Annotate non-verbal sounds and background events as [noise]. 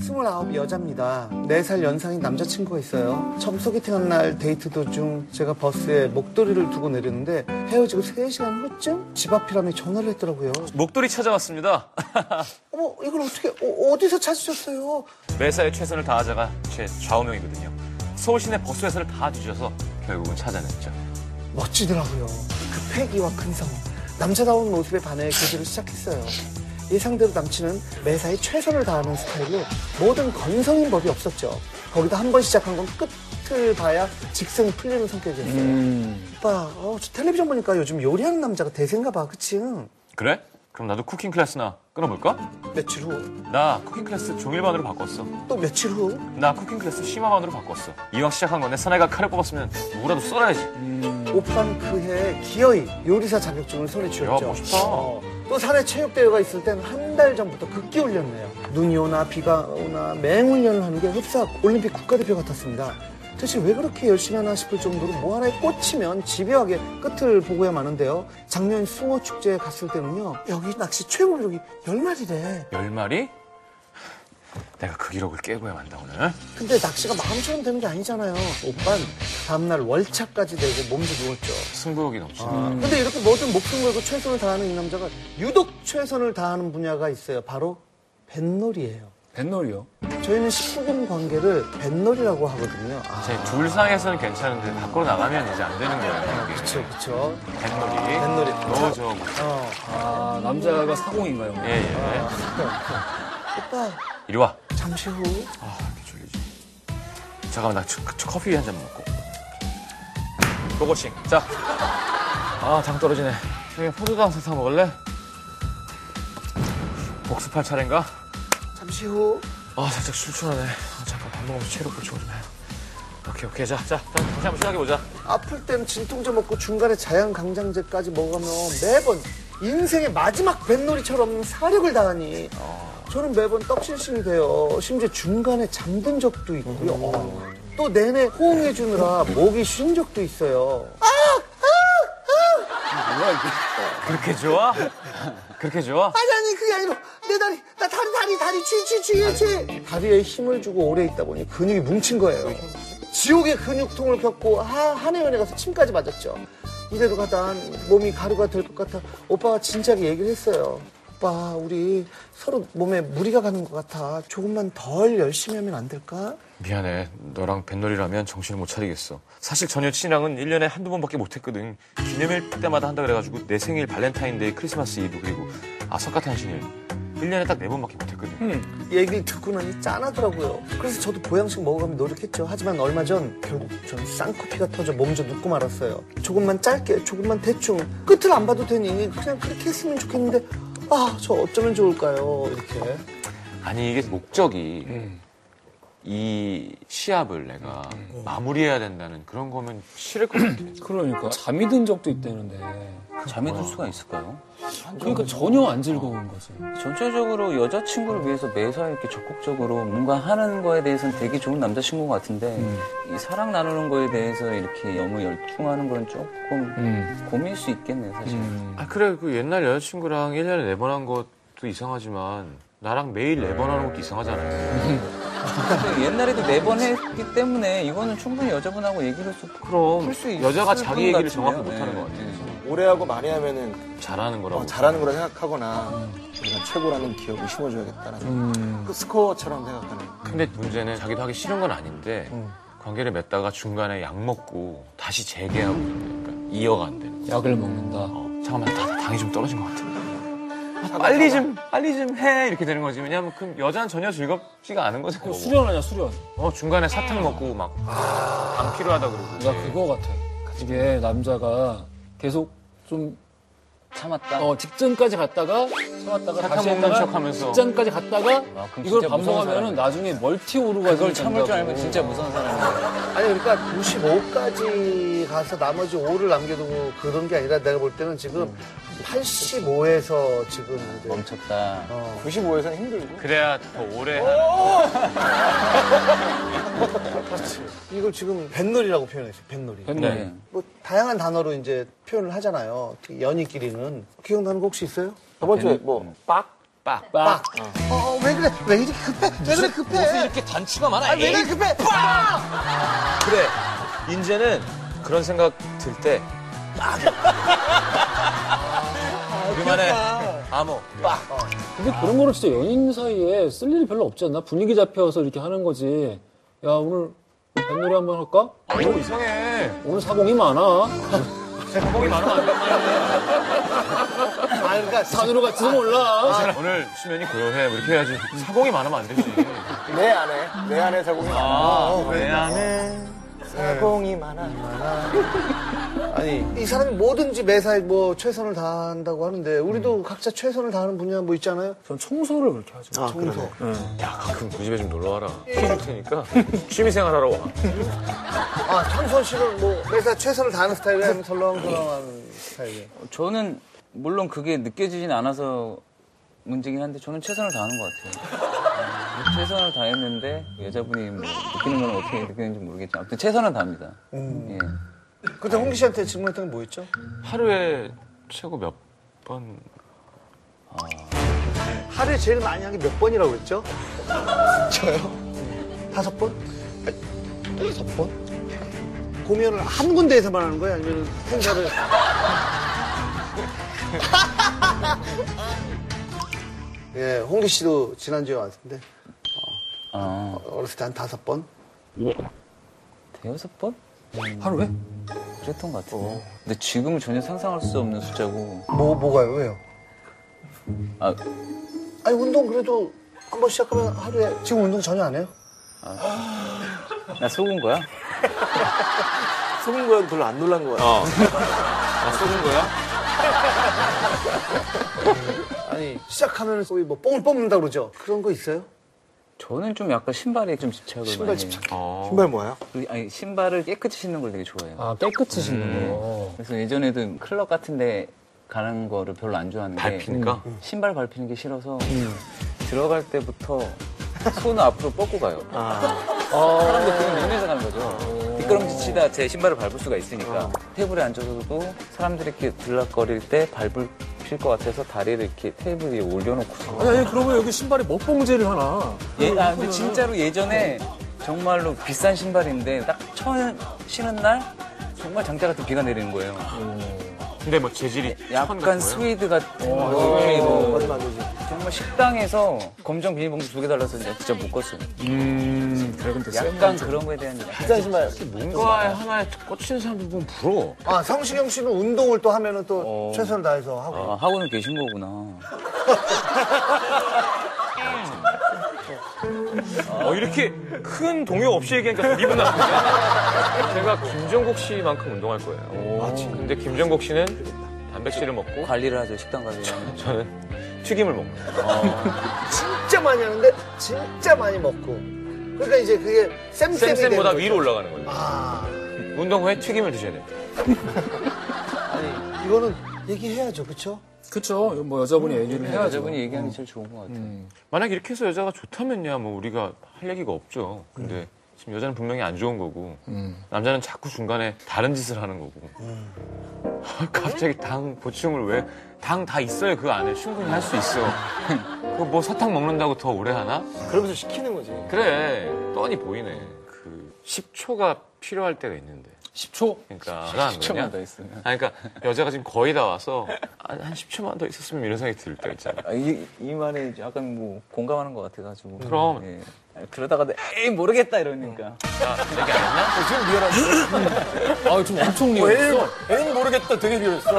29 여자입니다. 4살 연상인 남자친구가 있어요. 처음 소개팅한 날 데이트 도중 제가 버스에 목도리를 두고 내렸는데 헤어지고 3시간 후쯤 집 앞이라며 전화를 했더라고요. 목도리 찾아왔습니다. 어머, 이걸 어떻게, 어, 디서 찾으셨어요? 매사에 최선을 다하자가 제 좌우명이거든요. 서울 시내 버스 회사를 다 뒤져서 결국은 찾아냈죠. 멋지더라고요. 그 패기와 근성, 남자다운 모습에 반해 교제를 시작했어요. 예상대로 남친은 매사에 최선을 다하는 스타일로 모든 건성인 법이 없었죠. 거기다 한 번 시작한 건 끝을 봐야 직성이 풀리는 성격이었어요. 오빠, 어, 저 텔레비전 보니까 요즘 요리하는 남자가 대세인가 봐, 그치? 그래? 그럼 나도 쿠킹 클래스나 끊어볼까? 며칠 후, 나 쿠킹 클래스 종일반으로 바꿨어. 또 며칠 후, 나 쿠킹 클래스 심화반으로 바꿨어. 이왕 시작한 건데 사내가 칼을 뽑았으면 누구라도 썰어야지. 오빠는 그해 기어이 요리사 자격증을 손에 쥐었죠. 어. 야, 멋있다. 또 산에 체육대회가 있을 땐 한 달 전부터 극기 훈련을 요 눈이 오나 비가 오나 맹훈련을 하는 게 흡사 올림픽 국가대표 같았습니다. 도대체 왜 그렇게 열심히 하나 싶을 정도로 뭐 하나에 꽂히면 집요하게 끝을 보고야 마는데요. 작년 숭어축제에 갔을 때는요. 여기 낚시 최고 기록이 10마리래. 열 마리? 내가 그 기록을 깨고야 만다 오늘. 근데 낚시가 마음처럼 되는 게 아니잖아요. 오빤 다음날 월차까지 되고 몸도 누웠죠. 승부욕이 넘치네. 아, 근데 이렇게 모든 목숨 걸고 최선을 다하는 이 남자가 유독 최선을 다하는 분야가 있어요. 바로 뱃놀이예요. 뱃놀이요? 저희는 19금 관계를 뱃놀이라고 하거든요. 아, 제 둘 사이에서는 괜찮은데 밖으로 나가면 이제 안 되는 거예요. 이게. 그쵸, 그쵸. 뱃놀이. 뱃놀이. 너무 좋아. 어, 아, 남자가 사공인가요? 예, 예. 아. 오빠, 이리 와. 잠시 후. 아, 이렇게 졸리지. 잠깐만, 나 저, 저 커피 한 잔 먹고. 로고싱. 자. 아, 당 떨어지네. 형이 포도당 사탕 먹을래? 복습할 차례인가? 잠시 후. 아, 살짝 출출하네. 아, 잠깐 밥 먹으면서 체력 보충 좀 해. 오케이, 오케이. 자, 자, 자, 다시 한번 시작해 보자. 아플 때는 진통제 먹고 중간에 자양강장제까지 먹으면 매번 인생의 마지막 뱃놀이처럼 사력을 다하니 저는 매번 떡실심이 돼요. 심지어 중간에 잠든 적도 있고요. 어, 또 내내 호응해 주느라 목이 쉰 적도 있어요. 그렇게 좋아? 그렇게 좋아? 아니 아니 그게 아니고 내 다리 나 다리 다리 다리 치치치치 다리에 힘을 주고 오래 있다 보니 근육이 뭉친 거예요 지옥의 근육통을 겪고 하, 한의원에 가서 침까지 맞았죠 이대로 가다 몸이 가루가 될 것 같아 오빠가 진작에 얘기를 했어요 오빠 우리 서로 몸에 무리가 가는 것 같아 조금만 덜 열심히 하면 안 될까? 미안해. 너랑 뱃놀이라면 정신을 못 차리겠어. 사실 전 여친이랑은 1년에 한두 번밖에 못했거든. 기념일 때마다 한다 그래가지고 내 생일, 발렌타인데이, 크리스마스 이브 그리고 아석가탄신일 1년에 딱 네 번밖에 못했거든. 얘기를 듣고 나니 짠하더라고요. 그래서 저도 보양식 먹어가며 노력했죠. 하지만 얼마 전 결국 전 쌍커피가 터져 몸져 눕고 말았어요. 조금만 짧게, 조금만 대충 끝을 안 봐도 되니 그냥 그렇게 했으면 좋겠는데 아, 저 어쩌면 좋을까요? 이렇게. 아니 이게 목적이 이 시합을 내가 마무리해야 된다는 그런 거면 싫을 것 같아. 그러니까 잠이 든 적도 있다는데. 잠이 들 수가 있을까요? 그러니까 전혀 안 즐거운 거지. 전체적으로 여자친구를 위해서 매사 이렇게 적극적으로 뭔가 하는 거에 대해서는 되게 좋은 남자친구 같은데 이 사랑 나누는 거에 대해서 이렇게 너무 열중하는 건 조금 음. 고민일 수 있겠네요, 사실. 아 그래 그 옛날 여자친구랑 1년에 네 번 한 것도 이상하지만 나랑 매일 네 번 하는 것도 이상하잖아. 근데 옛날에도 네 번 했기 때문에 이거는 충분히 여자분하고 얘기로서 그럼 풀수 있을 여자가 자기 얘기를 부분 같은데요? 정확히 못하는 네. 것 같아. 오래하고 많이 하면은 잘하는 거라고. 어, 잘하는 거라 생각하거나 내가 최고라는 기억을 심어줘야겠다라는 음. 그 스코어처럼 생각하는 근데 문제는 자기도 하기 싫은 건 아닌데 관계를 맺다가 중간에 약 먹고 다시 재개하고 그러니까 이어가 안 되는. 거야. 약을 먹는다. 어, 잠깐만 다, 다- 당이 좀 떨어진 것 같아. 아, 빨리 좀 빨리 좀 해 이렇게 되는 거지. 왜냐면 그럼 여자는 전혀 즐겁지가 않은 거잖아. 수련 아니야, 수련. 어 중간에 사탕 먹고 막안 필요하다 그러고. 나 그거 같아. 이게 남자가 계속 좀 참았다. 어, 직전까지 갔다가 참았다가 사탕 다시 먹는 했다가 척하면서. 직전까지 갔다가 와, 아, 그럼 이걸 진짜 무서운 반복하면은 사람이다. 나중에 멀티오르가 그걸 음, 참을 줄 알면 진짜 무서운 사람이에요. 아니, 그러니까 95까지 가서 나머지 5를 남겨두고 그런 게 아니라 내가 볼 때는 지금 음. 85에서 지금. 이제 멈췄다. 95에서는 힘들고 그래야 더 오래. 이걸 지금 뱃놀이라고 표현했어요, 뱃놀이. 네. 뱃놀이. 뭐 다양한 단어로 이제 표현을 하잖아요. 특히 연인끼리는 기억나는 거 혹시 있어요? 저번 주에 뭐 빡 빡. 빡. 어, 어, 왜 그래? 왜 이렇게 급해? 왜 그래, 급해? 무슨 이렇게 단추가 많아? 아, 왜 에이, 그래, 급해? 빡! 그래. 이제는 그런 생각 들 때 빡. 우리만의 암호 빡. 근데 그런 거를 진짜 연인 사이에 쓸 일이 별로 없지 않나? 분위기 잡혀서 이렇게 하는 거지. 야, 오늘 뱃놀이 한번 할까? 오 이상해. 오늘 사공이 많아. 공이 많으면 안 돼. 아, 그러니까 산으로 갈지도 몰라. 오늘 수면이 고요해. 뭐 이렇게 해야지. 사공이 많으면 안 되지. 내 안에 내 안에 사공이 많아. 내 안에 네. 사공이 많아. 이 사람이 뭐든지 매사에 뭐 최선을 다한다고 하는데 우리도 각자 최선을 다하는 분야 뭐 있잖아요. 아, 전 청소를 그렇게 하죠. 청소. 야 가끔 우리 아, 그 집에 좀 놀러 와라. 키줄 테니까 취미생활하러 와. 아, 청소 씨는 뭐 매사 최선을 다하는 스타일이에요? 아니면 설렁설렁한 스타일이에요? 저는 물론 그게 느껴지진 않아서 문제긴 한데 저는 최선을 다하는 것 같아요. 음, 최선을 다했는데 여자분이 뭐 느끼는 건 어떻게 느끼는지 모르겠지만 아무튼 최선을 다합니다. 음. 예. 그때 홍기 씨한테 질문했던 게 뭐였죠? 하루에 최고 몇 번? 하루에 제일 많이 한 게 몇 번이라고 그랬죠? [laughs] 저요? 다섯 번? 다섯 번? 공연을 한 군데에서만 하는 거예요? 아니면 행사를? [laughs] 예, 홍기 씨도 지난주에 왔는데 아 어렸을 때 한 다섯 번? 대여섯 번 음. 하루에? 그랬던 것 어. 같아요. 근데 지금은 전혀 상상할 수 없는 숫자고. 뭐, 뭐가요? 왜요? 아 아니, 운동 그래도 한 번 시작하면 하루에 지금 운동 전혀 안 해요? 나 속은 거야? 속은 거야 별로 안 놀란 거야. 어. 아 쏘는 거야? 아니, 시작하면 소위 뭐 뽕을 뽑는다 그러죠? 그런 거 있어요? 저는 좀 약간 신발에 좀 집착을 신발 많이 집착. 어. 신발 뭐야? 해요. 그- 아니 신발을 깨끗이 신는 걸 되게 좋아해요. 아, 깨끗이 신는 거. 그래서 예전에도 클럽 같은데 가는 거를 별로 안 좋아하는데 밟히니까? 음. 신발 밟히는 게 싫어서 들어갈 때부터 손을 앞으로 뻗고 가요. 아. [laughs] 어. 사람들 그냥 눈에서 가는 어. 거죠. 미끄럼지 치다 제 신발을 밟을 수가 있으니까 테이블에 앉아서도 사람들이 이렇게 들락거릴 때 밟을 필것 같아서 다리를 이렇게 테이블 위에 올려놓고서 어. 아니, 아니, 그러면 여기 신발에 멋봉제를 하나. 예, 아, 근데 진짜로 예전에 정말로 비싼 신발인데 딱 처음 신은 날 정말 장자 같은 비가 내리는 거예요. 근데 뭐 재질이 천 같은 약간 거예요? 스웨이드 같은 어, 느낌으로 정말 식당에서 검정 비닐봉지 두 개 달라서 그냥 진짜 묶었어요. 음, 그래, 근데 약간 그런 거에 대한 약간 일단 신발. 뭔가에 하나에 꽂힌 사람들 보면 부러워. 뭐? 아, 성시경 씨는 운동을 또 하면은 어. 또 최선을 다해서 하고. 아, 하고는 계신 거구나. 어, 이렇게 큰 동요 없이 얘기하니까 더 기분 나쁘다. 제가 김정국 씨만큼 운동할 거예요. 근데 김정국 씨는 단백질을 먹고 관리를 하죠 식당 가서. 저는 튀김을 먹고. 진짜 많이 하는데 진짜 많이 먹고 그러니까 이제 그게 쌤쌤이 되는 쌤쌤보다 거죠. 위로 올라가는 거예요. 아 운동 후에 튀김을 드셔야 돼요. 이거는 얘기해야죠 그쵸? 그쵸. 뭐 여자분이 어. 얘기를 해야죠. 여자분이 얘기하는 게 제일 좋은 것 같아요. 만약 이렇게 해서 여자가 좋다면야 뭐 우리가 할 얘기가 없죠. 근데 음. 지금 여자는 분명히 안 좋은 거고 남자는 자꾸 중간에 다른 짓을 하는 거고 음. [laughs] 갑자기 당 보충을 왜 당 다 있어요 그 안에 충분히 할 수 있어. 그 뭐 사탕 먹는다고 더 오래 하나? 그러면서 시키는 거지. 그래 뻔히 보이네. 그 10초가 필요할 때가 있는데. 10초? 그러니까 하나 안 그러냐? 조금만 더 있으면. 아니 그러니까 여자가 지금 거의 다 와서 한, 한 10초만 더 있었으면 이런 생각이 들 때가 있잖아. 아, 이, 이 말에 약간 뭐 공감하는 것 같아가지고. 그럼. 예. 아, 그러다가 에이 모르겠다 이러니까. 음. 어, 아, 지금 엄청 리얼했어. 에이 모르겠다 되게 리얼했어.